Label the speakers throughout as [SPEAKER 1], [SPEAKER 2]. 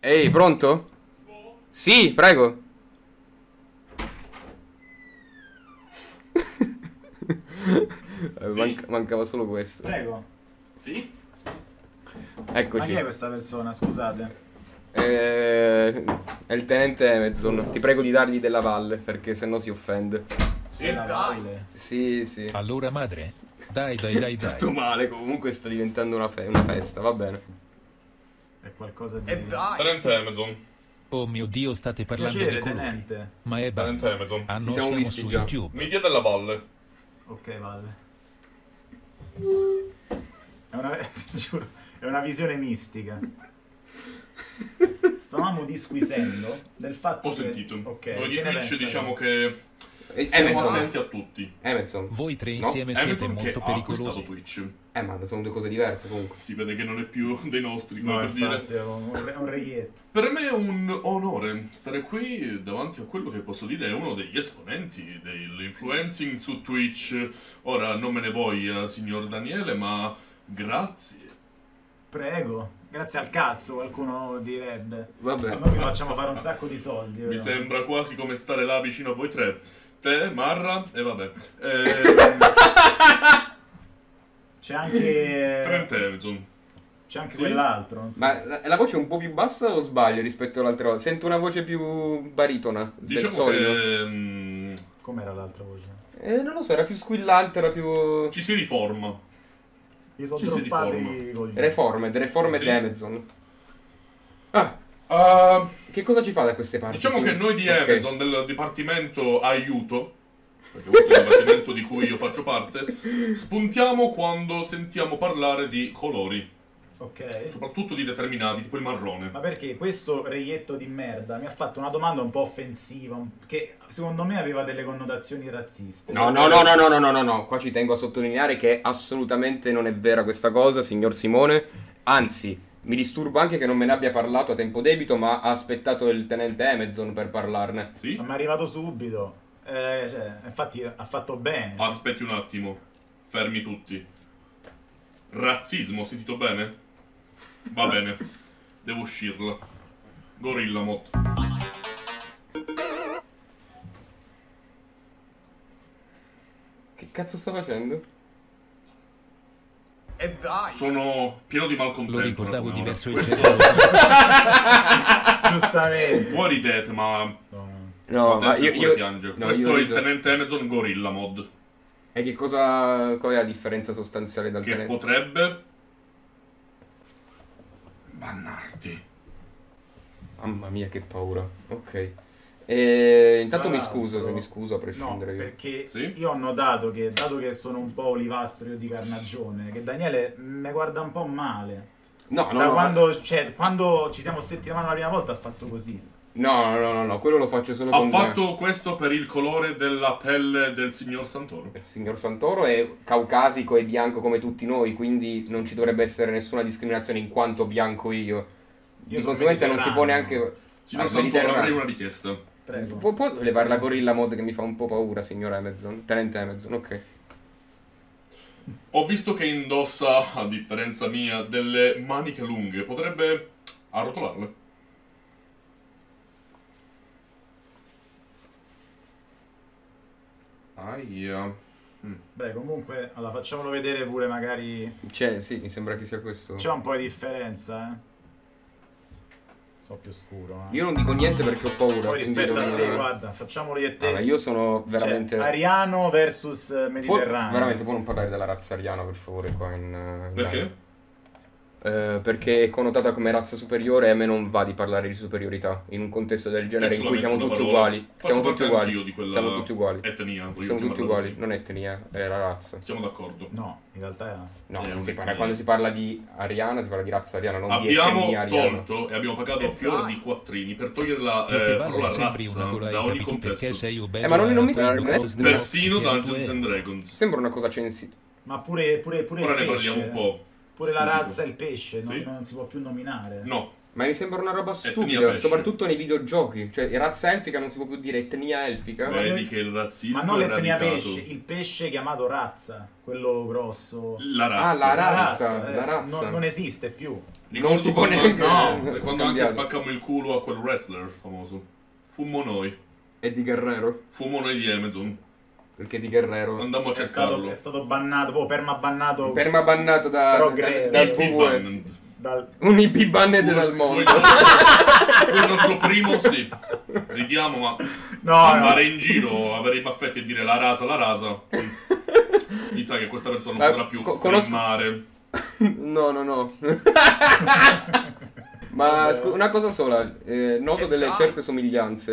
[SPEAKER 1] Ehi, pronto? Sì, prego. Eh,
[SPEAKER 2] Sì.
[SPEAKER 1] manca- mancava solo questo.
[SPEAKER 3] Prego.
[SPEAKER 2] Sì?
[SPEAKER 3] Ma chi è
[SPEAKER 1] Eccoci.
[SPEAKER 3] questa persona? Scusate.
[SPEAKER 1] Eh, è il tenente Emerson. Ti prego di dargli della valle, perché sennò si offende.
[SPEAKER 2] Sì,
[SPEAKER 3] Della
[SPEAKER 2] dai.
[SPEAKER 3] Valle.
[SPEAKER 1] Sì, sì.
[SPEAKER 2] Ah,
[SPEAKER 4] Allora madre, dai dai dai
[SPEAKER 1] Tutto
[SPEAKER 4] dai.
[SPEAKER 1] male, comunque sta diventando una, fe- una festa, va bene.
[SPEAKER 3] È qualcosa di...
[SPEAKER 2] E dai.
[SPEAKER 3] eh.
[SPEAKER 2] Tenente Amazon.
[SPEAKER 4] Oh mio dio, state parlando
[SPEAKER 3] Piacere,
[SPEAKER 4] di colori.
[SPEAKER 3] tenente.
[SPEAKER 4] Ma è bello.
[SPEAKER 2] Tenente Amazon.
[SPEAKER 4] Ah
[SPEAKER 1] Ci
[SPEAKER 4] no,
[SPEAKER 1] siamo
[SPEAKER 4] siamo
[SPEAKER 1] visti
[SPEAKER 4] su
[SPEAKER 1] già.
[SPEAKER 4] YouTube.
[SPEAKER 2] Media della Valle.
[SPEAKER 3] Ok, Valle. È una... ti giuro, è una visione mistica. Stavamo disquisendo del fatto
[SPEAKER 2] Ho
[SPEAKER 3] che...
[SPEAKER 2] sentito.
[SPEAKER 3] Ok.
[SPEAKER 2] Noi di
[SPEAKER 3] che ne
[SPEAKER 2] Twitch
[SPEAKER 3] pensa,
[SPEAKER 2] diciamo
[SPEAKER 3] Luca?
[SPEAKER 2] che
[SPEAKER 1] E
[SPEAKER 2] siamo
[SPEAKER 1] stiamo
[SPEAKER 2] attenti a tutti.
[SPEAKER 1] Emerson.
[SPEAKER 4] Voi tre
[SPEAKER 1] No,
[SPEAKER 4] insieme siete
[SPEAKER 2] Amazon che
[SPEAKER 4] molto
[SPEAKER 2] ha acquistato
[SPEAKER 4] pericolosi.
[SPEAKER 2] Twitch.
[SPEAKER 1] Eh, ma sono due cose diverse comunque.
[SPEAKER 2] Si vede che non è più dei nostri, come
[SPEAKER 3] No,
[SPEAKER 2] per dire.
[SPEAKER 3] infatti, è un, è un reietto.
[SPEAKER 2] Per me è un onore stare qui davanti a quello che posso dire è uno degli esponenti dell'influencing su Twitch. Ora non me ne voglia, signor Daniele, ma grazie.
[SPEAKER 3] Prego. Grazie al cazzo, qualcuno direbbe.
[SPEAKER 1] Vabbè.
[SPEAKER 3] Noi vi facciamo fare un sacco di soldi.
[SPEAKER 2] Mi
[SPEAKER 3] però.
[SPEAKER 2] sembra quasi come stare là vicino a voi tre. Te, Marra e vabbè. Eh,
[SPEAKER 3] C'è anche...
[SPEAKER 2] Trent Amazon.
[SPEAKER 3] C'è anche
[SPEAKER 2] Sì?
[SPEAKER 3] quell'altro, non so.
[SPEAKER 1] Ma la la voce è un po' più bassa o sbaglio rispetto all'altra volta? Sento una voce più baritona del
[SPEAKER 2] Diciamo
[SPEAKER 1] solito.
[SPEAKER 2] che mm,
[SPEAKER 3] Com'era l'altra voce?
[SPEAKER 1] Eh, non lo so, era più squillante, era più...
[SPEAKER 2] ci si riforma.
[SPEAKER 3] Mi sono
[SPEAKER 2] Ci si
[SPEAKER 3] trompati
[SPEAKER 2] riforma.
[SPEAKER 3] i coglioni.
[SPEAKER 1] Reformed, Reformed
[SPEAKER 2] Sì.
[SPEAKER 1] Amazon. Ah,
[SPEAKER 2] Ah,
[SPEAKER 1] che cosa ci fa da queste parti?
[SPEAKER 2] diciamo
[SPEAKER 1] Ah, sì?
[SPEAKER 2] che noi di
[SPEAKER 1] Ok.
[SPEAKER 2] Amazon, del dipartimento aiuto, perché questo è il dipartimento di cui io faccio parte, spuntiamo quando sentiamo parlare di colori,
[SPEAKER 3] Ok.
[SPEAKER 2] soprattutto di determinati, tipo il marrone.
[SPEAKER 3] Ma perché questo reietto di merda mi ha fatto una domanda un po' offensiva, un- che secondo me aveva delle connotazioni razziste.
[SPEAKER 1] No, no, no, no, no, no, no, no, no, qua ci tengo a sottolineare che assolutamente non è vera questa cosa, signor Simone. Anzi, mi disturba anche che non me ne abbia parlato a tempo debito, ma ha aspettato il tenente Amazon per parlarne.
[SPEAKER 2] Sì?
[SPEAKER 3] Ma mi è arrivato subito. Eh, cioè, infatti ha fatto bene.
[SPEAKER 2] Aspetti un attimo, fermi tutti. Razzismo, ho sentito bene? Va bene, devo uscirla. Gorilla Mot.
[SPEAKER 1] Che cazzo sta facendo?
[SPEAKER 2] Sono pieno di malcontento.
[SPEAKER 4] Lo ricordavo
[SPEAKER 2] per
[SPEAKER 4] diverso certo, il
[SPEAKER 2] un'ora.
[SPEAKER 1] Eh,
[SPEAKER 4] cervello.
[SPEAKER 3] Giustamente.
[SPEAKER 2] Voi ridete, ma
[SPEAKER 3] No, no.
[SPEAKER 1] No,
[SPEAKER 2] Dentro
[SPEAKER 1] ma io...
[SPEAKER 2] pure
[SPEAKER 1] io-
[SPEAKER 2] piange.
[SPEAKER 1] no,
[SPEAKER 2] Questo
[SPEAKER 1] io-
[SPEAKER 2] è il tenente Amazon Gorilla Mod.
[SPEAKER 1] E che cosa... Qual è la differenza sostanziale dal
[SPEAKER 2] Che
[SPEAKER 1] tenente?
[SPEAKER 2] potrebbe. Bannarti.
[SPEAKER 1] Mamma mia, che paura. Ok. E intanto
[SPEAKER 3] Tra
[SPEAKER 1] mi
[SPEAKER 3] l'altro-
[SPEAKER 1] scuso, se mi scuso a prescindere. io.
[SPEAKER 3] perché
[SPEAKER 2] Sì?
[SPEAKER 3] io ho notato che, dato che sono un po' olivastro io di carnagione, che Daniele mi guarda un po' male.
[SPEAKER 1] Ah, No, no,
[SPEAKER 3] da
[SPEAKER 1] no,
[SPEAKER 3] quando, cioè, quando ci siamo sentiti la mano la prima volta ha fatto così.
[SPEAKER 1] no, no, no, no, no, quello lo faccio solo
[SPEAKER 2] Ha
[SPEAKER 1] con
[SPEAKER 2] fatto questo per il colore della pelle del signor Santoro.
[SPEAKER 1] Il signor Santoro è caucasico e bianco come tutti noi, quindi non ci dovrebbe essere nessuna discriminazione in quanto bianco io. Di
[SPEAKER 3] sono
[SPEAKER 1] conseguenza non si può
[SPEAKER 3] mediterraneo.
[SPEAKER 1] neanche...
[SPEAKER 2] Signor
[SPEAKER 1] Ah,
[SPEAKER 2] Santoro,
[SPEAKER 1] mediterraneo.
[SPEAKER 2] avrei una richiesta.
[SPEAKER 3] Prego.
[SPEAKER 1] Può, può levare la gorilla mod che mi fa un po' paura, signor Amazon? Tenente Amazon, ok.
[SPEAKER 2] Ho visto che indossa, a differenza mia, delle maniche lunghe. Potrebbe arrotolarle. Aia.
[SPEAKER 3] Beh, comunque, allora facciamolo vedere pure magari
[SPEAKER 1] Cioè, sì, mi sembra che sia questo.
[SPEAKER 3] C'è un po' di differenza, eh. So più scuro, eh.
[SPEAKER 1] Io non dico niente perché ho paura.
[SPEAKER 3] Poi
[SPEAKER 1] quindi
[SPEAKER 3] rispetto a
[SPEAKER 1] non-
[SPEAKER 3] te, guarda, facciamolo io e te.
[SPEAKER 1] Allora, io sono
[SPEAKER 3] Cioè,
[SPEAKER 1] veramente...
[SPEAKER 3] Ariano versus eh,
[SPEAKER 1] Può-
[SPEAKER 3] Mediterraneo.
[SPEAKER 1] veramente può non parlare della razza ariana, per favore, qua in... in
[SPEAKER 2] Perché?
[SPEAKER 1] live. Eh, perché è connotata come razza superiore e a me non va di parlare di superiorità in un contesto del genere in cui siamo
[SPEAKER 2] solamente
[SPEAKER 1] tutti
[SPEAKER 2] una parola.
[SPEAKER 1] uguali.
[SPEAKER 2] Faccio
[SPEAKER 1] Siamo
[SPEAKER 2] parte
[SPEAKER 1] tutti uguali.
[SPEAKER 2] anch'io di quella
[SPEAKER 1] Siamo tutti uguali.
[SPEAKER 2] Etnia, voglio
[SPEAKER 1] Siamo tutti
[SPEAKER 2] chiamarla
[SPEAKER 1] uguali,
[SPEAKER 2] così.
[SPEAKER 1] non etnia, è la razza.
[SPEAKER 2] Siamo d'accordo.
[SPEAKER 3] No, in realtà
[SPEAKER 1] No,
[SPEAKER 2] È
[SPEAKER 1] si
[SPEAKER 2] un'etnia.
[SPEAKER 1] parla- quando si parla di ariana si parla di razza ariana, non di
[SPEAKER 2] Abbiamo
[SPEAKER 1] etnia ariana.
[SPEAKER 2] tolto e abbiamo pagato
[SPEAKER 3] Esatto.
[SPEAKER 2] a fior di quattrini per togliere la
[SPEAKER 4] Che
[SPEAKER 2] eh,
[SPEAKER 4] ti
[SPEAKER 2] parola
[SPEAKER 4] vale sempre
[SPEAKER 2] razza
[SPEAKER 4] una
[SPEAKER 2] da
[SPEAKER 4] gola ai
[SPEAKER 2] ogni
[SPEAKER 4] capiti perché
[SPEAKER 2] contesto.
[SPEAKER 4] sei obeso.
[SPEAKER 1] Eh, ma non- non mi-
[SPEAKER 4] quello
[SPEAKER 1] non mi-
[SPEAKER 4] cosmos di
[SPEAKER 2] Persino
[SPEAKER 4] Oxy che
[SPEAKER 2] Dungeons
[SPEAKER 4] tu
[SPEAKER 2] and Dragons.
[SPEAKER 1] Sembra una cosa censita.
[SPEAKER 3] Ma pure, pure, pure
[SPEAKER 2] Ora
[SPEAKER 3] il
[SPEAKER 2] ne
[SPEAKER 3] pesce.
[SPEAKER 2] parliamo un po'.
[SPEAKER 3] Pure la
[SPEAKER 2] Stupido.
[SPEAKER 3] razza e il pesce, non,
[SPEAKER 2] Sì.
[SPEAKER 3] non si può più nominare.
[SPEAKER 2] No,
[SPEAKER 1] Ma mi sembra una roba
[SPEAKER 2] Etnia
[SPEAKER 1] stupida,
[SPEAKER 2] pesce.
[SPEAKER 1] soprattutto nei videogiochi. Cioè, razza elfica non si può più dire etnia elfica.
[SPEAKER 3] Beh.
[SPEAKER 2] Vedi che il razzismo
[SPEAKER 3] Ma non
[SPEAKER 2] è
[SPEAKER 3] l'etnia
[SPEAKER 2] radicato.
[SPEAKER 3] pesce, il pesce chiamato razza, quello grosso.
[SPEAKER 2] La razza.
[SPEAKER 1] Ah, la razza,
[SPEAKER 3] eh,
[SPEAKER 1] la razza.
[SPEAKER 3] Non, non esiste più.
[SPEAKER 2] Ricordo
[SPEAKER 1] Non si può
[SPEAKER 2] quando-
[SPEAKER 1] neanche-
[SPEAKER 2] No, quando anche
[SPEAKER 1] cambiare.
[SPEAKER 2] spaccammo il culo a quel wrestler famoso. Fummo noi.
[SPEAKER 1] E di Guerrero.
[SPEAKER 2] Fummo noi di Amazon.
[SPEAKER 1] Perché di Guerrero.
[SPEAKER 2] Andammo a
[SPEAKER 3] È stato,
[SPEAKER 2] cercarlo.
[SPEAKER 3] è stato bannato, proprio permabannato
[SPEAKER 1] Perma bannato da,
[SPEAKER 3] Però
[SPEAKER 1] da-
[SPEAKER 3] Guerrero.
[SPEAKER 1] dal
[SPEAKER 2] IP
[SPEAKER 1] PVS.
[SPEAKER 2] ban.
[SPEAKER 3] dal...
[SPEAKER 1] Un IP banned
[SPEAKER 2] Fu-
[SPEAKER 1] dal
[SPEAKER 2] fu-
[SPEAKER 1] mondo.
[SPEAKER 2] Fu il nostro primo, sì. Ridiamo, ma
[SPEAKER 3] No, no.
[SPEAKER 2] Ah, andare in giro, avere i baffetti e dire la rasa, la rasa. Mi sa che questa persona non
[SPEAKER 1] Ma
[SPEAKER 2] potrà più
[SPEAKER 1] Eh, co- conosco-
[SPEAKER 2] streamare.
[SPEAKER 1] No, no, no. Ma
[SPEAKER 3] Vabbè.
[SPEAKER 1] scu- una cosa sola, eh, noto delle certe somiglianze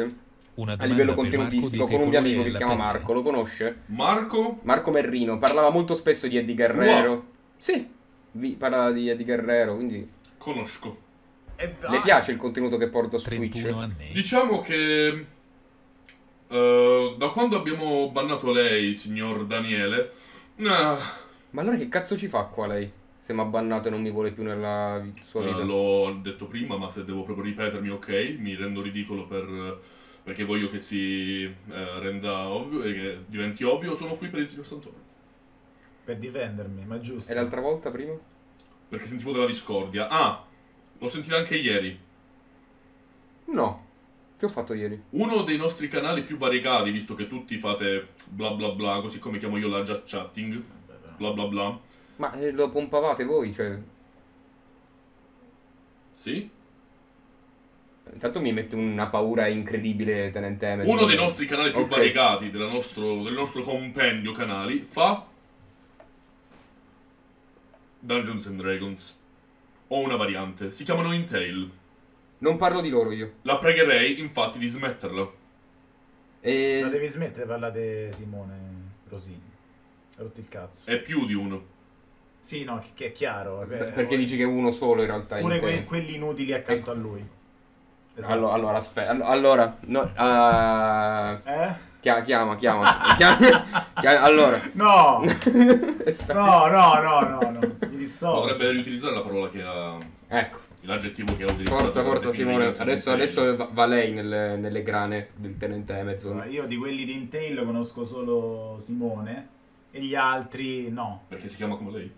[SPEAKER 4] Una
[SPEAKER 1] a
[SPEAKER 4] domanda
[SPEAKER 1] livello
[SPEAKER 4] per Marco Diciamo
[SPEAKER 1] contenutistico
[SPEAKER 4] di che
[SPEAKER 1] con un mio
[SPEAKER 4] colore
[SPEAKER 1] amico
[SPEAKER 4] è
[SPEAKER 1] che si
[SPEAKER 4] la
[SPEAKER 1] chiama
[SPEAKER 4] pelle?
[SPEAKER 1] Marco, lo conosce?
[SPEAKER 2] Marco?
[SPEAKER 1] Marco Merrino, parlava molto spesso di Eddie Guerrero. Sì, vi parla di Eddie Guerrero, quindi
[SPEAKER 2] Conosco.
[SPEAKER 1] le piace il contenuto che porto su
[SPEAKER 4] 31
[SPEAKER 1] Twitch?
[SPEAKER 4] anni.
[SPEAKER 2] Diciamo che eh, da quando abbiamo bannato lei, signor Daniele, ah,
[SPEAKER 1] Ma allora che cazzo ci fa qua lei? Se mi ha bannato e non mi vuole più nella vi- sua
[SPEAKER 2] eh,
[SPEAKER 1] vita.
[SPEAKER 2] l'ho detto prima, ma se devo proprio ripetermi, ok, mi rendo ridicolo per- perché voglio che si eh, renda ovvio e che diventi ovvio, sono qui per il signor Santoro.
[SPEAKER 3] Per difendermi, ma giusto.
[SPEAKER 1] E l'altra volta prima?
[SPEAKER 2] Perché sentivo della discordia. Ah, l'ho sentita anche ieri.
[SPEAKER 1] No. Che ho fatto ieri?
[SPEAKER 2] Uno dei nostri canali più variegati, visto che tutti fate bla bla bla, così come chiamo io la just chatting,
[SPEAKER 3] Vabbè, però.
[SPEAKER 2] bla bla bla.
[SPEAKER 1] Ma eh, lo pompavate voi, cioè...
[SPEAKER 2] Sì?
[SPEAKER 1] Intanto mi mette una paura incredibile Tenente Emerson.
[SPEAKER 2] Uno dei nostri canali più
[SPEAKER 1] Ok.
[SPEAKER 2] variegati della nostro- del nostro compendio canali fa Dungeons and Dragons. Ho una variante, si chiamano Intail.
[SPEAKER 1] Non parlo di loro io.
[SPEAKER 2] La pregherei infatti di smetterla.
[SPEAKER 1] E...
[SPEAKER 3] La devi smettere di parlare di Simone Rosini. Hai rotto il cazzo.
[SPEAKER 2] È più di uno.
[SPEAKER 3] Sì, no, che- che è chiaro. eh,
[SPEAKER 1] Beh,
[SPEAKER 3] eh,
[SPEAKER 1] Perché
[SPEAKER 3] poi-
[SPEAKER 1] dici che uno solo in realtà. è
[SPEAKER 3] Pure
[SPEAKER 1] in te.
[SPEAKER 3] que- quelli inutili accanto a lui. Esatto.
[SPEAKER 1] Allo- allora, aspetta. allo- Allora, no, ah,
[SPEAKER 3] Eh?
[SPEAKER 1] chia- chiama, chiama. chiama, chia- allora.
[SPEAKER 3] No!
[SPEAKER 1] Sta-
[SPEAKER 3] No, no, no, no, no. Mi
[SPEAKER 1] Oh,
[SPEAKER 3] dissocio.
[SPEAKER 2] Potrebbe riutilizzare la parola che ha.
[SPEAKER 1] Ecco,
[SPEAKER 2] l'aggettivo che ha utilizzato.
[SPEAKER 1] forza,
[SPEAKER 2] per
[SPEAKER 1] forza
[SPEAKER 2] definire
[SPEAKER 1] Simone.
[SPEAKER 2] il Silent
[SPEAKER 1] Adesso,
[SPEAKER 2] Hill.
[SPEAKER 1] adesso va- va lei nelle, nelle grane del tenente
[SPEAKER 3] Allora,
[SPEAKER 1] Amazon.
[SPEAKER 3] Io di quelli di Intel conosco solo Simone e gli altri no.
[SPEAKER 2] Perché si chiama come lei?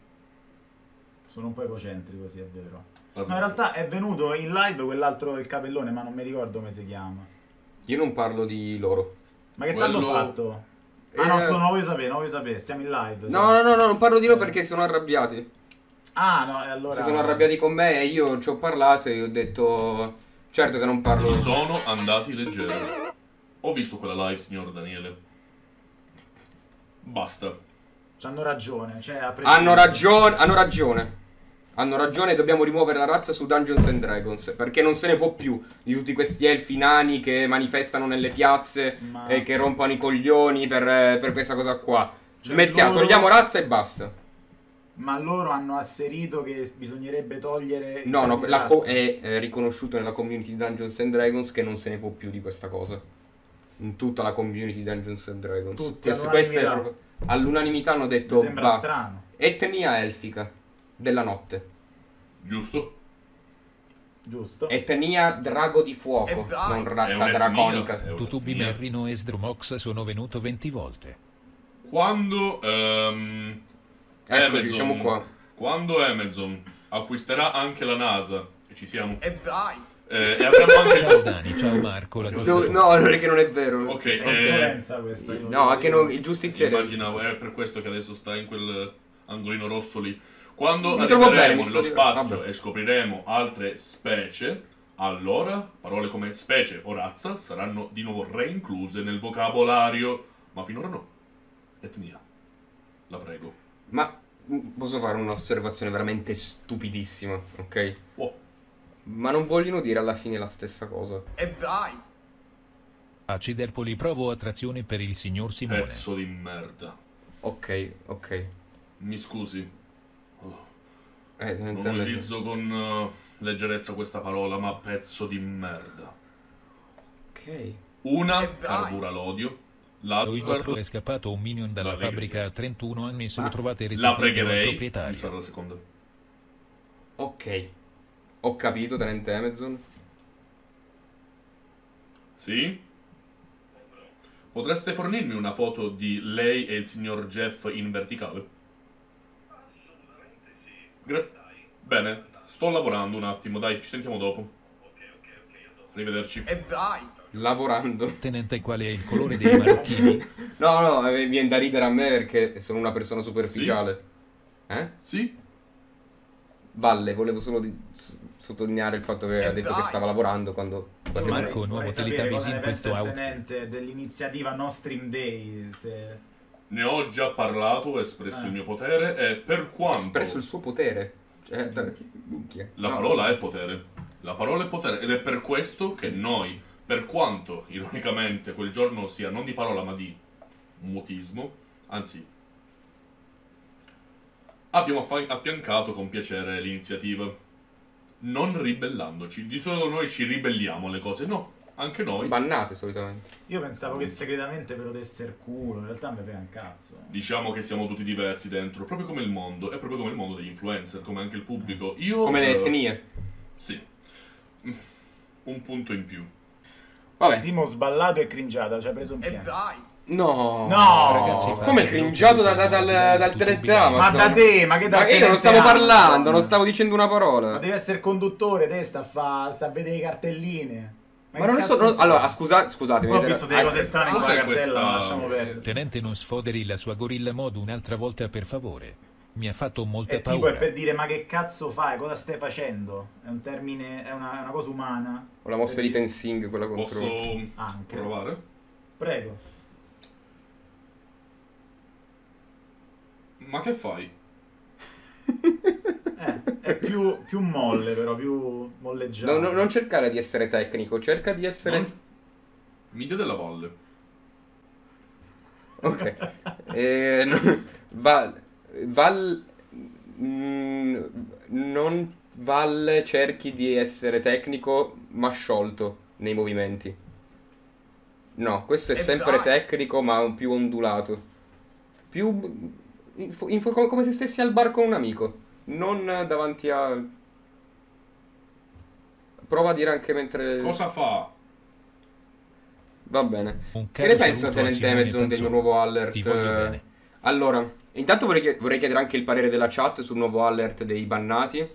[SPEAKER 3] Sono un po' egocentrico, sì, è vero.
[SPEAKER 2] La
[SPEAKER 3] No, in realtà è venuto in live quell'altro, il capellone, ma non mi ricordo come si chiama.
[SPEAKER 1] Io non parlo di loro.
[SPEAKER 3] Ma che
[SPEAKER 2] Quello-
[SPEAKER 3] t'hanno fatto? Ah no,
[SPEAKER 1] Eh,
[SPEAKER 3] sono- Eh. non voglio sapere, non voglio sapere, siamo in live.
[SPEAKER 1] No, no, no, no, non parlo di loro perché sono arrabbiati.
[SPEAKER 3] Ah no, e allora...
[SPEAKER 1] Si sono arrabbiati con me e io ci ho parlato e io ho detto... Certo che non parlo...
[SPEAKER 2] Ci sono andati leggeri. Ho visto quella live, signor Daniele. Basta.
[SPEAKER 3] C'hanno ragione, cioè... a prescindere-
[SPEAKER 1] Hanno ragione, hanno ragione. Hanno ragione, dobbiamo rimuovere la razza su Dungeons and Dragons. Perché non se ne può più di tutti questi elfi nani che manifestano nelle piazze
[SPEAKER 3] Ma-
[SPEAKER 1] e che rompono i coglioni per, eh, per questa cosa qua.
[SPEAKER 3] Cioè,
[SPEAKER 1] Smettiamo,
[SPEAKER 3] loro-
[SPEAKER 1] togliamo razza e basta.
[SPEAKER 3] Ma loro hanno asserito che bisognerebbe togliere... il
[SPEAKER 1] No, no,
[SPEAKER 3] cambio
[SPEAKER 1] la co- eh,
[SPEAKER 3] razza.
[SPEAKER 1] è, è riconosciuto nella community di Dungeons and Dragons che non se ne può più di questa cosa. In tutta la community di Dungeons and Dragons.
[SPEAKER 3] Tutti,
[SPEAKER 1] Questo- questo è
[SPEAKER 3] all'unanimità.
[SPEAKER 1] proprio- all'unanimità hanno
[SPEAKER 3] Mi
[SPEAKER 1] detto...
[SPEAKER 3] sembra
[SPEAKER 1] "Bah,
[SPEAKER 3] strano.
[SPEAKER 1] etnia elfica della notte.
[SPEAKER 2] Giusto?
[SPEAKER 3] Giusto?
[SPEAKER 1] Etnia drago di fuoco,
[SPEAKER 3] Eh, vai.
[SPEAKER 1] non
[SPEAKER 2] È
[SPEAKER 1] razza
[SPEAKER 2] un'etnia,
[SPEAKER 1] draconica.
[SPEAKER 2] è
[SPEAKER 4] Tutubi
[SPEAKER 2] un'etnia.
[SPEAKER 4] Merrino e Sdrumox sono venuto 20 volte.
[SPEAKER 2] Quando... ehm,
[SPEAKER 1] Ecco,
[SPEAKER 2] Amazon-
[SPEAKER 1] diciamo qua.
[SPEAKER 2] Quando Amazon acquisterà anche la NASA, e ci siamo, eh, e avremo anche...
[SPEAKER 4] Ciao Dani, ciao Marco, la giusta
[SPEAKER 1] No, no, non è che non è vero.
[SPEAKER 2] Ok,
[SPEAKER 3] È
[SPEAKER 2] eh,
[SPEAKER 3] consulenza questa. io lo
[SPEAKER 1] No, anche
[SPEAKER 3] dico.
[SPEAKER 1] non, il giustiziere.
[SPEAKER 2] Immaginavo, è per questo che adesso sta in quel angolino rosso lì. Quando
[SPEAKER 1] Mi trovo bene, mi
[SPEAKER 2] arriveremo
[SPEAKER 1] sto
[SPEAKER 2] nello
[SPEAKER 1] divertendo.
[SPEAKER 2] spazio
[SPEAKER 1] Vabbè.
[SPEAKER 2] e scopriremo altre specie, allora parole come specie o razza saranno di nuovo reincluse nel vocabolario, ma finora no. Etnia. La prego.
[SPEAKER 1] Ma mm, posso fare un'osservazione veramente stupidissima, ok?
[SPEAKER 2] Oh,
[SPEAKER 1] Ma non vogliono dire alla fine la stessa cosa.
[SPEAKER 4] A Ciderpoli provo attrazione per il signor Simone.
[SPEAKER 1] Eh,
[SPEAKER 2] pezzo di merda.
[SPEAKER 1] Ok, ok.
[SPEAKER 2] Mi scusi. Oh,
[SPEAKER 1] Eh,
[SPEAKER 2] non
[SPEAKER 1] tenente Emerson.
[SPEAKER 2] utilizzo con eh, leggerezza questa parola, ma pezzo di merda.
[SPEAKER 1] Ok.
[SPEAKER 2] Una carbura l'odio,
[SPEAKER 4] Lui
[SPEAKER 2] l'altra
[SPEAKER 4] quattro è scappato un minion dalla
[SPEAKER 2] La
[SPEAKER 4] fabbrica a 31 anni e sono
[SPEAKER 1] Ah,
[SPEAKER 4] trovate
[SPEAKER 2] La
[SPEAKER 4] restituite al
[SPEAKER 2] pregherei di
[SPEAKER 4] proprietario.
[SPEAKER 2] fare la seconda.
[SPEAKER 1] Ok. Ho capito, tenente Amazon.
[SPEAKER 2] Sì? Potreste fornirmi una foto di lei e il signor Jeff in verticale? Grazie. Bene, sto lavorando un attimo, dai, ci sentiamo dopo. Arrivederci.
[SPEAKER 1] Eh.
[SPEAKER 5] E vai!
[SPEAKER 1] Lavorando.
[SPEAKER 4] Tenente, qual è il colore dei marocchini?
[SPEAKER 1] No, no, eh, viene da ridere a me perché sono una persona superficiale. Eh?
[SPEAKER 2] Sì?
[SPEAKER 1] Valle, volevo solo di- s- sottolineare il fatto
[SPEAKER 3] Eh,
[SPEAKER 5] E
[SPEAKER 1] che ha detto
[SPEAKER 5] vai.
[SPEAKER 1] che stava lavorando quando... quasi
[SPEAKER 4] Marco,
[SPEAKER 1] morì.
[SPEAKER 4] nuovo
[SPEAKER 3] vorrei sapere
[SPEAKER 4] Teletubbies
[SPEAKER 3] cosa
[SPEAKER 4] in
[SPEAKER 3] ne
[SPEAKER 4] questo
[SPEAKER 3] pensa il
[SPEAKER 4] outfit.
[SPEAKER 3] tenente dell'iniziativa No Stream Day. Se...
[SPEAKER 2] Ne ho già parlato, ho espresso
[SPEAKER 3] Eh.
[SPEAKER 2] il mio potere e per
[SPEAKER 1] ha
[SPEAKER 2] quanto...
[SPEAKER 1] espresso il suo potere. Cioè, da- minchia.
[SPEAKER 2] La
[SPEAKER 1] No.
[SPEAKER 2] parola è potere. La parola è potere ed è per questo che noi, per quanto ironicamente quel giorno sia non di parola ma di mutismo, anzi, abbiamo affa- affiancato con piacere l'iniziativa. Non ribellandoci, di solito noi ci ribelliamo alle cose, no, anche noi.
[SPEAKER 1] Bannate solitamente.
[SPEAKER 3] Io pensavo che segretamente ve lo desse il culo, in realtà mi frega un cazzo.
[SPEAKER 2] Diciamo che siamo tutti diversi dentro, proprio come il mondo, è proprio come il mondo degli influencer, come anche il pubblico. Io,
[SPEAKER 1] Come le
[SPEAKER 2] eh,
[SPEAKER 1] etnie.
[SPEAKER 2] Sì. Un punto in più.
[SPEAKER 1] Vabbè.
[SPEAKER 3] Simo sballato e cringiata, ci ha preso un
[SPEAKER 5] E
[SPEAKER 3] piano.
[SPEAKER 5] vai!
[SPEAKER 1] No,
[SPEAKER 3] No,
[SPEAKER 4] ragazzi,
[SPEAKER 1] come
[SPEAKER 4] fate-
[SPEAKER 1] cringiato da, da- dal, dal
[SPEAKER 4] Tutti
[SPEAKER 1] telegramma.
[SPEAKER 3] Ma da te, ma che da te
[SPEAKER 1] io non
[SPEAKER 3] ne
[SPEAKER 1] stavo
[SPEAKER 3] te
[SPEAKER 1] parlando,
[SPEAKER 3] hanno?
[SPEAKER 1] non stavo dicendo una
[SPEAKER 3] Ma
[SPEAKER 1] parola.
[SPEAKER 3] devi essere conduttore, te sta a, fa- sta a vedere le cartelline.
[SPEAKER 1] Ma,
[SPEAKER 3] che
[SPEAKER 1] non è
[SPEAKER 3] cazzo
[SPEAKER 1] solo. non-
[SPEAKER 3] sei?
[SPEAKER 1] Allora, scusa, scusatemi.
[SPEAKER 3] Poi ho visto delle
[SPEAKER 1] Ah,
[SPEAKER 3] cose strane in quella
[SPEAKER 2] Cos'è
[SPEAKER 3] cartella,
[SPEAKER 2] questa-
[SPEAKER 3] ma lasciamo perdere.
[SPEAKER 4] Tenente, non sfoderi la sua gorilla mod un'altra volta, per favore. Mi ha fatto
[SPEAKER 1] Eh,
[SPEAKER 4] molta
[SPEAKER 3] È tipo è
[SPEAKER 4] paura.
[SPEAKER 3] per dire ma che cazzo fai, cosa stai facendo? È un termine, è una, è una cosa umana.
[SPEAKER 1] Ho la mossa di Tensing, quella contro.
[SPEAKER 2] Posso
[SPEAKER 3] Anche.
[SPEAKER 2] provare?
[SPEAKER 3] Prego.
[SPEAKER 2] Ma che fai?
[SPEAKER 3] Eh, è più, più molle però, più molleggiato.
[SPEAKER 1] No, no, non cercare di essere tecnico, cerca di essere.
[SPEAKER 2] Non- Media della Valle.
[SPEAKER 1] Ok. Eh, no, Val. Val. mm, non Valle cerchi di essere tecnico ma sciolto nei movimenti. No, questo è
[SPEAKER 5] E
[SPEAKER 1] sempre
[SPEAKER 5] vai.
[SPEAKER 1] tecnico ma un- più ondulato. Più. info- info- com- come se stessi al bar con un amico. Non davanti a. Prova a dire anche mentre.
[SPEAKER 2] Cosa fa?
[SPEAKER 1] Va bene.
[SPEAKER 4] Un
[SPEAKER 1] Che ne
[SPEAKER 4] caro
[SPEAKER 1] pensa
[SPEAKER 4] saluto a
[SPEAKER 1] Tenente
[SPEAKER 4] Simone
[SPEAKER 1] Amazon del
[SPEAKER 4] Tanzoni.
[SPEAKER 1] nuovo alert?
[SPEAKER 4] Ti voglio bene.
[SPEAKER 1] Allora, intanto vorrei, chie- vorrei chiedere anche il parere della chat sul nuovo alert dei bannati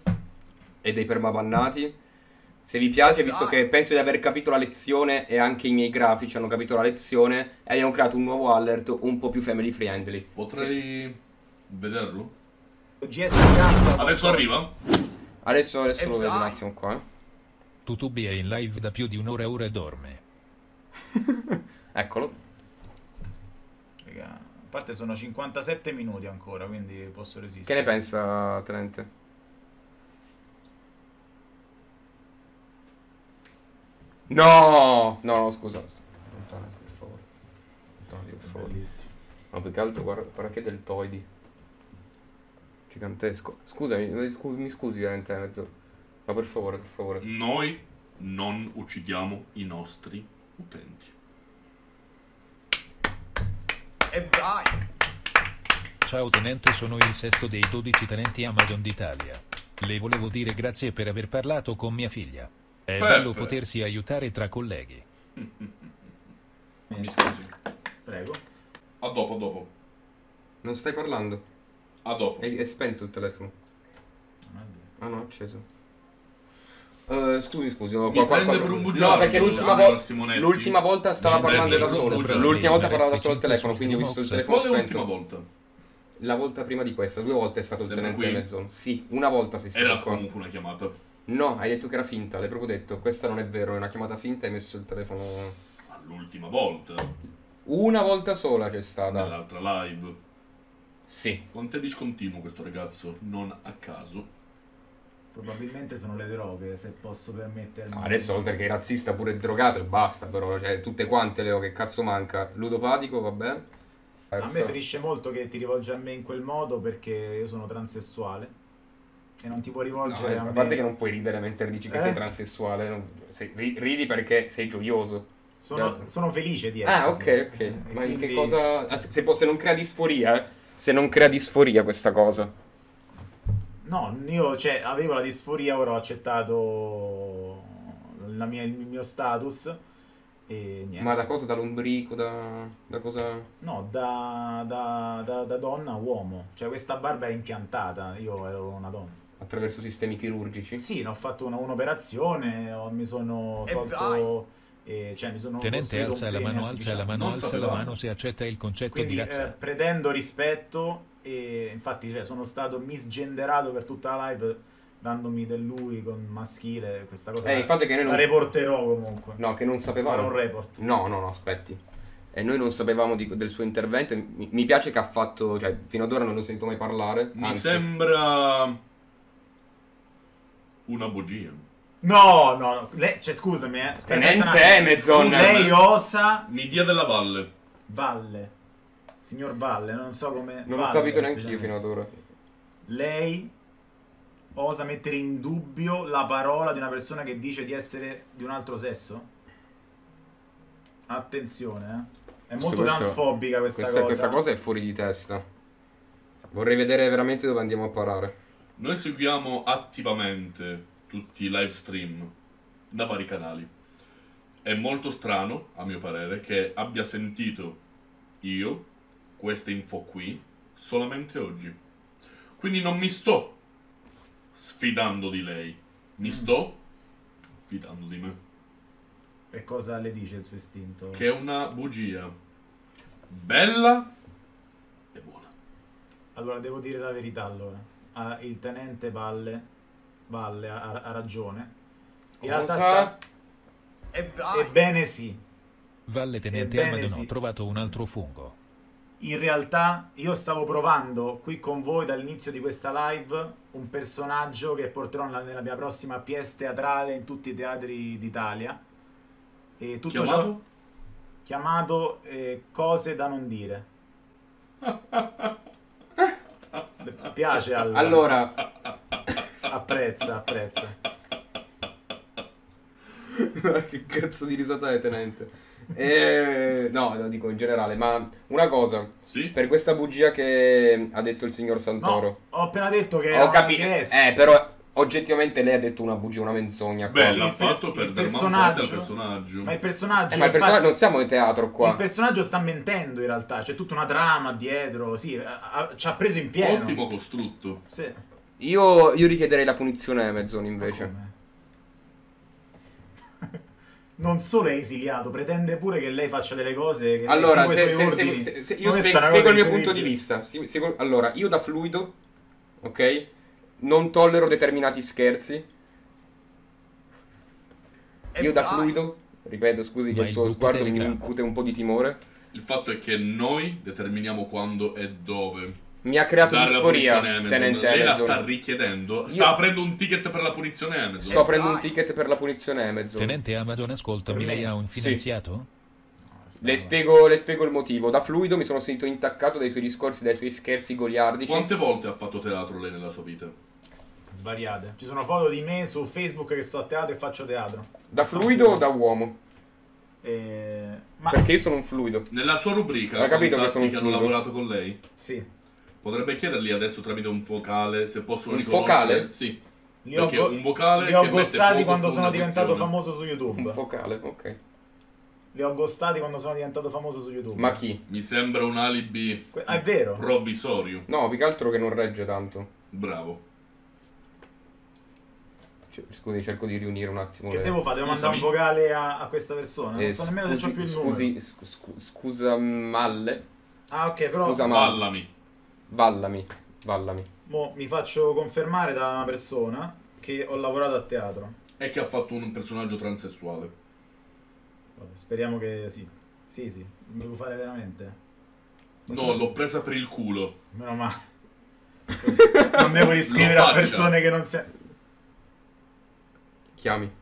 [SPEAKER 1] e dei permabannati. Se vi piace, visto che penso di aver capito la lezione e anche i miei grafici hanno capito la lezione, e abbiamo creato un nuovo alert un po' più family friendly.
[SPEAKER 2] Potrei vederlo?
[SPEAKER 3] GSK.
[SPEAKER 2] Adesso arriva?
[SPEAKER 1] Adesso, adesso
[SPEAKER 5] E
[SPEAKER 1] lo vedo un
[SPEAKER 5] vai.
[SPEAKER 1] attimo qua. eh.
[SPEAKER 4] Tutubi è in live da più di un'ora, ora e dorme.
[SPEAKER 1] Eccolo.
[SPEAKER 3] Raga, a parte sono 57 minuti ancora, quindi posso resistere.
[SPEAKER 1] Che ne pensa, Tenente? No! No, no, scusa. Allontanati, per favore. Allontanati, per favore.
[SPEAKER 3] Bellissimo.
[SPEAKER 1] No, più che altro, guarda, guarda che deltoidi. Gigantesco. Scusami, eh, scu- mi scusi, Tenente Mezzo. Ma per favore, per favore.
[SPEAKER 2] Noi non uccidiamo i nostri utenti.
[SPEAKER 5] E vai!
[SPEAKER 4] Ciao tenente, sono il sesto dei 12 tenenti Amazon d'Italia. Le volevo dire grazie per aver parlato con mia figlia. È
[SPEAKER 2] Peppe.
[SPEAKER 4] bello potersi aiutare tra colleghi.
[SPEAKER 2] Mi scusi.
[SPEAKER 3] Prego.
[SPEAKER 2] A dopo, a dopo.
[SPEAKER 1] Non stai parlando?
[SPEAKER 2] A dopo.
[SPEAKER 1] È, è spento il telefono.
[SPEAKER 3] Non è vero.
[SPEAKER 1] Ah no, è acceso. Eh, scusi, scusi, no,
[SPEAKER 2] Mi prende per un bugiardo,
[SPEAKER 1] No, perché l'ultima,
[SPEAKER 2] signor
[SPEAKER 1] vol-
[SPEAKER 2] Simonetti.
[SPEAKER 1] l'ultima volta stava
[SPEAKER 2] Mi
[SPEAKER 1] parlando
[SPEAKER 2] prende
[SPEAKER 1] da
[SPEAKER 2] per un
[SPEAKER 1] solo.
[SPEAKER 2] bugiardo.
[SPEAKER 1] L'ultima volta parlava da solo al
[SPEAKER 4] F5
[SPEAKER 1] telefono,
[SPEAKER 4] su
[SPEAKER 1] quindi ho visto il
[SPEAKER 4] Xbox.
[SPEAKER 1] telefono
[SPEAKER 2] Quale l'ultima
[SPEAKER 1] spento.
[SPEAKER 2] volta?
[SPEAKER 1] La volta prima di questa, due volte è stato il
[SPEAKER 2] Sempre
[SPEAKER 1] tenente
[SPEAKER 2] qui?
[SPEAKER 1] mezzo. Sì, una volta sei stato
[SPEAKER 2] Era
[SPEAKER 1] qua.
[SPEAKER 2] comunque una chiamata.
[SPEAKER 1] No, hai detto che era finta, l'hai proprio detto. Questa non è vero, è una chiamata finta, hai messo il telefono.
[SPEAKER 2] Ma L'ultima volta.
[SPEAKER 1] Una volta sola c'è stata.
[SPEAKER 2] Nell'altra live.
[SPEAKER 1] Sì.
[SPEAKER 2] Quanto è discontinuo questo ragazzo? Non a caso.
[SPEAKER 3] Probabilmente sono le droghe, se posso permettermi.
[SPEAKER 1] No, adesso oltre che razzista pure drogato e basta, però, cioè, tutte quante Leo, che cazzo manca? Ludopatico, vabbè.
[SPEAKER 3] A me ferisce molto che ti rivolgi a me in quel modo perché io sono transessuale e non ti può rivolgere a
[SPEAKER 1] a
[SPEAKER 3] me.
[SPEAKER 1] parte che non puoi ridere mentre dici che
[SPEAKER 3] Eh?
[SPEAKER 1] sei transessuale, non- sei- ri- ridi perché sei gioioso.
[SPEAKER 3] sono, sono felice di essere.
[SPEAKER 1] Ah, ok, ok. Ma in che cosa. ah, se, se può- se non crea disforia, eh? Se non crea disforia questa cosa.
[SPEAKER 3] No, io cioè, avevo la disforia, ora ho accettato la mia- il mio status e niente.
[SPEAKER 1] Ma da cosa? Da lombrico? Da, da cosa?
[SPEAKER 3] No, da, da- da- da donna a uomo. Cioè questa barba è impiantata, io ero una donna.
[SPEAKER 1] Attraverso sistemi chirurgici?
[SPEAKER 3] Sì, ne ho fatto una- un'operazione, ho- mi sono
[SPEAKER 5] E
[SPEAKER 3] tolto... eh, cioè mi sono
[SPEAKER 4] Tenente
[SPEAKER 3] costruito un diciamo.
[SPEAKER 4] alza la
[SPEAKER 3] pene
[SPEAKER 4] mano, alza
[SPEAKER 3] artificiale.
[SPEAKER 4] la mano,
[SPEAKER 2] Non
[SPEAKER 4] alza la
[SPEAKER 2] sapevamo.
[SPEAKER 4] mano se accetta il concetto
[SPEAKER 3] Quindi
[SPEAKER 4] di
[SPEAKER 3] eh,
[SPEAKER 4] razza.
[SPEAKER 3] pretendo rispetto e infatti cioè, sono stato misgenderato per tutta la live dandomi del lui con maschile, questa cosa
[SPEAKER 1] Eh, il fatto è che noi
[SPEAKER 3] la
[SPEAKER 1] non...
[SPEAKER 3] reporterò comunque.
[SPEAKER 1] No, che non
[SPEAKER 3] Farò
[SPEAKER 1] sapevamo.
[SPEAKER 3] un report.
[SPEAKER 1] No, no, no, aspetti. E noi non sapevamo di- del suo intervento. Mi, mi piace che ha fatto. Cioè, fino ad ora non l'ho sentito mai parlare.
[SPEAKER 2] Mi
[SPEAKER 1] anzi.
[SPEAKER 2] sembra una bugia.
[SPEAKER 3] No, no, no. Lei, cioè, scusami, eh. Aspetta
[SPEAKER 1] Tenente
[SPEAKER 3] un attimo.
[SPEAKER 1] Amazon.
[SPEAKER 3] Lei osa
[SPEAKER 2] Nidia della Valle.
[SPEAKER 3] Valle. Signor Valle, non so come.
[SPEAKER 1] Non ho
[SPEAKER 3] Valle,
[SPEAKER 1] capito neanche io
[SPEAKER 3] veramente.
[SPEAKER 1] fino ad ora.
[SPEAKER 3] Lei osa mettere in dubbio la parola di una persona che dice di essere di un altro sesso? Attenzione, eh. È
[SPEAKER 1] Questo-
[SPEAKER 3] molto
[SPEAKER 1] questo-
[SPEAKER 3] transfobica questa,
[SPEAKER 1] Questa,
[SPEAKER 3] cosa.
[SPEAKER 1] questa cosa è fuori di testa. Vorrei vedere veramente dove andiamo a parare.
[SPEAKER 2] Noi seguiamo attivamente tutti i live stream da vari canali. È molto strano, a mio parere, che abbia sentito io questa info qui solamente oggi. Quindi non mi sto sfidando di lei, mi
[SPEAKER 3] Mm.
[SPEAKER 2] sto fidando di me.
[SPEAKER 3] E cosa le dice il suo istinto?
[SPEAKER 2] Che è una bugia bella e buona.
[SPEAKER 3] Allora, devo dire la verità, allora. Ah, il tenente Valle, Valle ha, ha- ha ragione. In realtà
[SPEAKER 1] Cosa?
[SPEAKER 3] sta...
[SPEAKER 5] E vai!
[SPEAKER 3] Ebbene sì.
[SPEAKER 4] Valle tenente
[SPEAKER 3] Ebbene
[SPEAKER 4] Amadon,
[SPEAKER 3] sì.
[SPEAKER 4] ho trovato un altro fungo.
[SPEAKER 3] In realtà io stavo provando qui con voi dall'inizio di questa live un personaggio che porterò nella, nella mia prossima pièce teatrale in tutti i teatri d'Italia. E tutto ciò-
[SPEAKER 2] Chiamato?
[SPEAKER 3] chiamato eh, Cose da non dire. Le piace al-
[SPEAKER 1] Allora,
[SPEAKER 3] apprezza, apprezza.
[SPEAKER 1] che cazzo di risata è, tenente? Eh, no, lo dico in generale, ma una cosa.
[SPEAKER 2] Sì?
[SPEAKER 1] Per questa bugia che ha detto il signor
[SPEAKER 3] No,
[SPEAKER 1] Santoro.
[SPEAKER 3] ho appena detto che era
[SPEAKER 1] Ho
[SPEAKER 3] una
[SPEAKER 1] capito.
[SPEAKER 3] pièce.
[SPEAKER 1] Eh, però oggettivamente lei ha detto una bugia, una menzogna. qua.
[SPEAKER 2] Beh, l'ha
[SPEAKER 3] Il pers-
[SPEAKER 2] fatto
[SPEAKER 3] il
[SPEAKER 2] per dare un
[SPEAKER 3] personaggio-
[SPEAKER 2] forte al personaggio.
[SPEAKER 3] Ma il personaggio,
[SPEAKER 1] Eh, ma il
[SPEAKER 3] infatti-
[SPEAKER 1] personaggio non siamo in teatro
[SPEAKER 3] Il
[SPEAKER 1] qua.
[SPEAKER 3] personaggio sta mentendo in realtà, c'è tutta una trama dietro, sì, ha- ha- ci ha preso in pieno.
[SPEAKER 2] Ottimo costrutto.
[SPEAKER 3] Sì. Ma
[SPEAKER 1] Io, io richiederei la punizione a Amazon invece.
[SPEAKER 3] come? Non solo è esiliato, pretende pure che lei faccia delle cose che
[SPEAKER 1] Allora, se,
[SPEAKER 3] esegue i
[SPEAKER 1] se-
[SPEAKER 3] suoi
[SPEAKER 1] se-
[SPEAKER 3] ordini.
[SPEAKER 1] se- se- io
[SPEAKER 3] Questa
[SPEAKER 1] spiego,
[SPEAKER 3] è una
[SPEAKER 1] spiego il
[SPEAKER 3] cosa
[SPEAKER 1] mio punto di
[SPEAKER 3] incredibile.
[SPEAKER 1] vista. Si- sicur- allora, io da fluido, ok, non tollero determinati scherzi.
[SPEAKER 5] E
[SPEAKER 1] Io da
[SPEAKER 5] vai!
[SPEAKER 1] fluido, ripeto, scusi che
[SPEAKER 4] Ma
[SPEAKER 1] il
[SPEAKER 4] il
[SPEAKER 1] suo
[SPEAKER 4] gruppo
[SPEAKER 1] sguardo mi
[SPEAKER 4] Telegram.
[SPEAKER 1] incute un po' di timore.
[SPEAKER 2] Il fatto è che noi determiniamo quando e dove
[SPEAKER 1] Mi ha creato
[SPEAKER 2] dare la
[SPEAKER 1] disforia,
[SPEAKER 2] punizione Amazon.
[SPEAKER 1] tenente
[SPEAKER 2] Lei la sta
[SPEAKER 1] Amazon.
[SPEAKER 2] richiedendo. Sta
[SPEAKER 1] Io-
[SPEAKER 2] aprendo un ticket per la punizione Amazon.
[SPEAKER 1] Sto aprendo un
[SPEAKER 5] vai.
[SPEAKER 1] ticket per la punizione Amazon.
[SPEAKER 4] Tenente Amadon, ascoltami,
[SPEAKER 3] Per me?
[SPEAKER 4] lei ha un
[SPEAKER 1] Sì.
[SPEAKER 4] finanziato?
[SPEAKER 1] Le spiego, le spiego il motivo. Da fluido mi sono sentito intaccato dai suoi discorsi, dai suoi scherzi goliardici.
[SPEAKER 2] Quante volte ha fatto teatro lei nella sua vita?
[SPEAKER 3] Svariate. Ci sono foto di me su Facebook che sto a teatro e faccio teatro.
[SPEAKER 1] Da fluido o da uomo?
[SPEAKER 3] Eh, ma
[SPEAKER 1] Perché io sono un fluido.
[SPEAKER 2] Nella sua rubrica
[SPEAKER 1] Ha capito che
[SPEAKER 2] contatti
[SPEAKER 1] sono un
[SPEAKER 2] che hanno
[SPEAKER 1] figo.
[SPEAKER 2] lavorato con lei?
[SPEAKER 3] sì,
[SPEAKER 2] Potrebbe chiedergli adesso tramite un focale se possono
[SPEAKER 1] Un
[SPEAKER 2] riconoscere.
[SPEAKER 1] focale?
[SPEAKER 2] Sì.
[SPEAKER 3] li ho,
[SPEAKER 2] Perché
[SPEAKER 3] go-
[SPEAKER 2] un vocale
[SPEAKER 3] li ho
[SPEAKER 2] che mette
[SPEAKER 3] gostati
[SPEAKER 2] fuoco
[SPEAKER 3] quando
[SPEAKER 2] su
[SPEAKER 3] sono
[SPEAKER 2] una
[SPEAKER 3] diventato
[SPEAKER 2] questione.
[SPEAKER 3] famoso su
[SPEAKER 1] Un
[SPEAKER 3] YouTube.
[SPEAKER 1] focale, ok.
[SPEAKER 3] Li ho gostati quando sono diventato famoso su YouTube.
[SPEAKER 1] Ma chi?
[SPEAKER 2] Mi sembra un alibi
[SPEAKER 3] Que- ah, è vero.
[SPEAKER 2] provvisorio.
[SPEAKER 1] No, più che altro che non regge tanto.
[SPEAKER 2] Bravo.
[SPEAKER 1] C- Cioè, scusi, cerco di riunire un attimo.
[SPEAKER 3] Che
[SPEAKER 1] le-
[SPEAKER 3] devo fare? Devo mandare un
[SPEAKER 2] Scusami.
[SPEAKER 3] vocale a, a questa persona?
[SPEAKER 1] Eh,
[SPEAKER 3] Non so nemmeno se
[SPEAKER 1] scusi-
[SPEAKER 3] c'ho più il numero.
[SPEAKER 1] Scusi, scu- scu- scusa, malle.
[SPEAKER 3] Ah, ok, però
[SPEAKER 1] Scusa, ma-
[SPEAKER 2] Ballami.
[SPEAKER 1] Vallami, vallami.
[SPEAKER 3] mo mi faccio confermare da una persona che ho lavorato a teatro.
[SPEAKER 2] E che ha fatto un personaggio transessuale.
[SPEAKER 3] Vabbè, speriamo che sì. Sì, sì, lo devo fare veramente.
[SPEAKER 2] No, l'ho presa per il culo.
[SPEAKER 3] Meno male. Così. Non devo riscrivere
[SPEAKER 2] Lo
[SPEAKER 3] a
[SPEAKER 2] faccia.
[SPEAKER 3] persone che non si...
[SPEAKER 1] Chiami.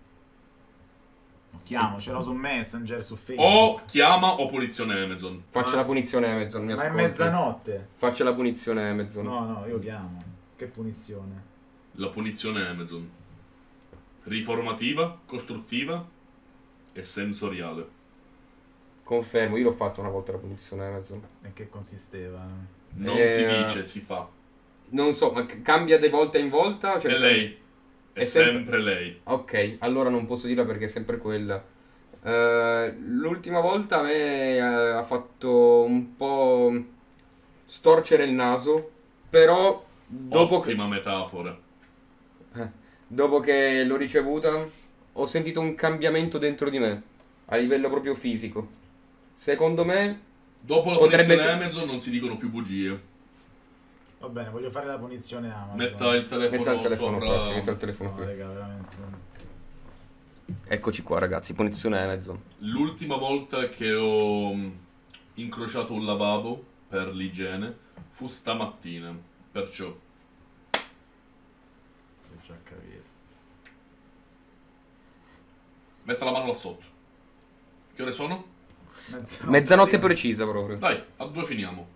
[SPEAKER 3] Chiamo, ce l'ho su Messenger, su
[SPEAKER 1] Oh,
[SPEAKER 3] Facebook.
[SPEAKER 2] O chiama o punizione Amazon.
[SPEAKER 1] Faccia
[SPEAKER 3] Ah.
[SPEAKER 1] la punizione Amazon, mi
[SPEAKER 3] Ma è
[SPEAKER 1] ascolti.
[SPEAKER 3] mezzanotte.
[SPEAKER 1] Faccia la punizione Amazon.
[SPEAKER 3] No, no, io chiamo. Che punizione.
[SPEAKER 2] La punizione Amazon. Riformativa, costruttiva e sensoriale.
[SPEAKER 1] Confermo, io l'ho fatto una volta la punizione Amazon.
[SPEAKER 3] E che consisteva?
[SPEAKER 2] Non
[SPEAKER 1] Eh,
[SPEAKER 2] si dice, si fa.
[SPEAKER 1] non so, ma c- cambia di volta in volta? Cioè-
[SPEAKER 2] È lei. È,
[SPEAKER 1] È sempre-
[SPEAKER 2] sempre lei.
[SPEAKER 1] Ok, allora non posso dirla perché è sempre quella. Eh, l'ultima volta a me eh, ha fatto un po' storcere il naso, però dopo che,
[SPEAKER 2] Ottima metafora.
[SPEAKER 1] eh, dopo che l'ho ricevuta ho sentito un cambiamento dentro di me, a livello proprio fisico. Secondo me,
[SPEAKER 2] Dopo la
[SPEAKER 1] Potrebbe
[SPEAKER 2] punizione
[SPEAKER 1] essere-
[SPEAKER 2] Amazon non si dicono più bugie.
[SPEAKER 3] Va bene, voglio fare la punizione Amazon.
[SPEAKER 2] Metta il telefono,
[SPEAKER 1] metto il telefono
[SPEAKER 2] sopra.
[SPEAKER 1] prossimo, metto il telefono
[SPEAKER 3] No,
[SPEAKER 1] qui.
[SPEAKER 3] raga, veramente.
[SPEAKER 1] Eccoci qua ragazzi, punizione Amazon.
[SPEAKER 2] L'ultima volta che ho mh, incrociato un lavabo per l'igiene fu stamattina. Perciò
[SPEAKER 3] Ho già capito.
[SPEAKER 2] metta la mano là sotto. Che ore sono?
[SPEAKER 3] Mezzanotte,
[SPEAKER 1] Mezzanotte precisa proprio.
[SPEAKER 2] Dai, a due finiamo.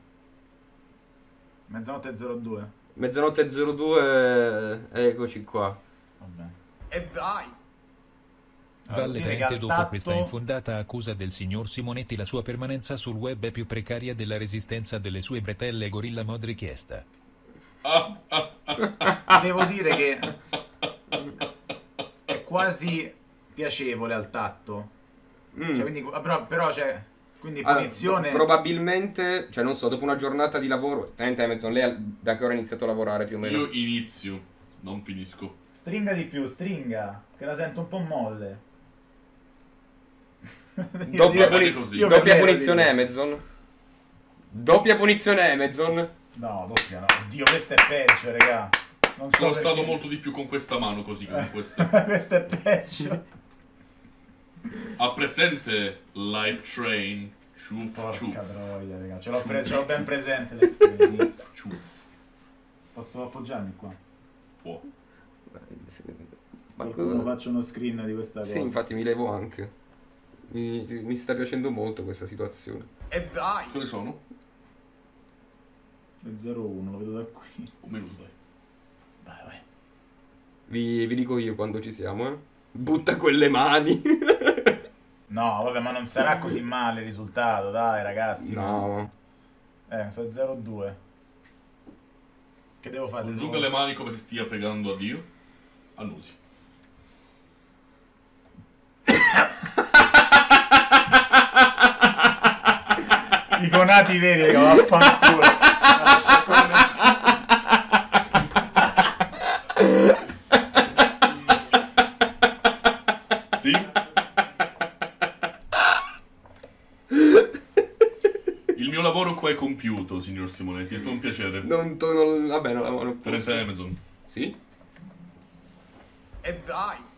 [SPEAKER 3] Mezzanotte 02.
[SPEAKER 1] Mezzanotte 02, eccoci qua.
[SPEAKER 3] Va bene.
[SPEAKER 5] E vai.
[SPEAKER 4] Valle
[SPEAKER 3] Allora,
[SPEAKER 4] Trente dopo
[SPEAKER 3] ricattato-
[SPEAKER 4] questa infondata accusa del signor Simonetti la sua permanenza sul web è più precaria della resistenza delle sue bretelle gorilla mod richiesta.
[SPEAKER 2] Ah, ah, ah, ah.
[SPEAKER 3] Devo dire che è quasi piacevole al tatto.
[SPEAKER 1] Mm.
[SPEAKER 3] Cioè, quindi, però, però cioè, quindi
[SPEAKER 1] Allora,
[SPEAKER 3] punizione.
[SPEAKER 1] probabilmente, cioè non so, dopo una giornata di lavoro, tenente Amazon, lei ha- da che ora ha iniziato a lavorare più o meno?
[SPEAKER 2] Io inizio, non finisco.
[SPEAKER 3] Stringa di più, stringa, che la sento un po' molle. Io-
[SPEAKER 1] Doppia,
[SPEAKER 3] io-
[SPEAKER 2] puni-
[SPEAKER 1] puni-
[SPEAKER 2] così.
[SPEAKER 3] io per
[SPEAKER 1] doppia
[SPEAKER 3] me la
[SPEAKER 1] punizione
[SPEAKER 3] dico.
[SPEAKER 1] Amazon. Doppia punizione Amazon.
[SPEAKER 3] No, doppia no. Oddio, questo è peggio, raga. Non so
[SPEAKER 2] Sono
[SPEAKER 3] perché.
[SPEAKER 2] stato molto di più con questa mano così che
[SPEAKER 3] Eh.
[SPEAKER 2] con questa.
[SPEAKER 3] questo è peggio.
[SPEAKER 2] Ha presente Live Train? Ciuff,
[SPEAKER 3] Porca
[SPEAKER 2] ciuff,
[SPEAKER 3] troia, raga. Ce l'ho,
[SPEAKER 2] Ciu.
[SPEAKER 3] pre- ce l'ho ben presente. le-
[SPEAKER 2] ciuff.
[SPEAKER 3] Posso appoggiarmi qua?
[SPEAKER 2] Può.
[SPEAKER 1] Ma
[SPEAKER 3] Qualcuno
[SPEAKER 1] cosa-
[SPEAKER 3] faccio uno screen di questa cosa.
[SPEAKER 1] Sì, infatti mi levo anche. Mi, mi sta piacendo molto questa situazione.
[SPEAKER 5] E vai.
[SPEAKER 2] Che ne sono?
[SPEAKER 3] È 01, lo vedo da qui.
[SPEAKER 2] Un minuto, dai.
[SPEAKER 3] Vai, vai.
[SPEAKER 1] Vi, vi dico io quando ci siamo, eh. Butta quelle mani.
[SPEAKER 3] No, vabbè, ma non sarà così male il risultato, dai, ragazzi.
[SPEAKER 1] no.
[SPEAKER 3] Eh, sono 0-2. Che devo fare? Devo-
[SPEAKER 2] Congiunga le mani come se stia pregando a Dio. Annusi.
[SPEAKER 3] I conati veri, raga, vaffanculo. Lascia come-
[SPEAKER 2] Sì? Il mio lavoro qua è compiuto, signor Simonetti. È stato un piacere.
[SPEAKER 1] Non, to- non- vabbè, non la mano.
[SPEAKER 2] Teresa Amazon.
[SPEAKER 1] Sì?
[SPEAKER 5] E vai.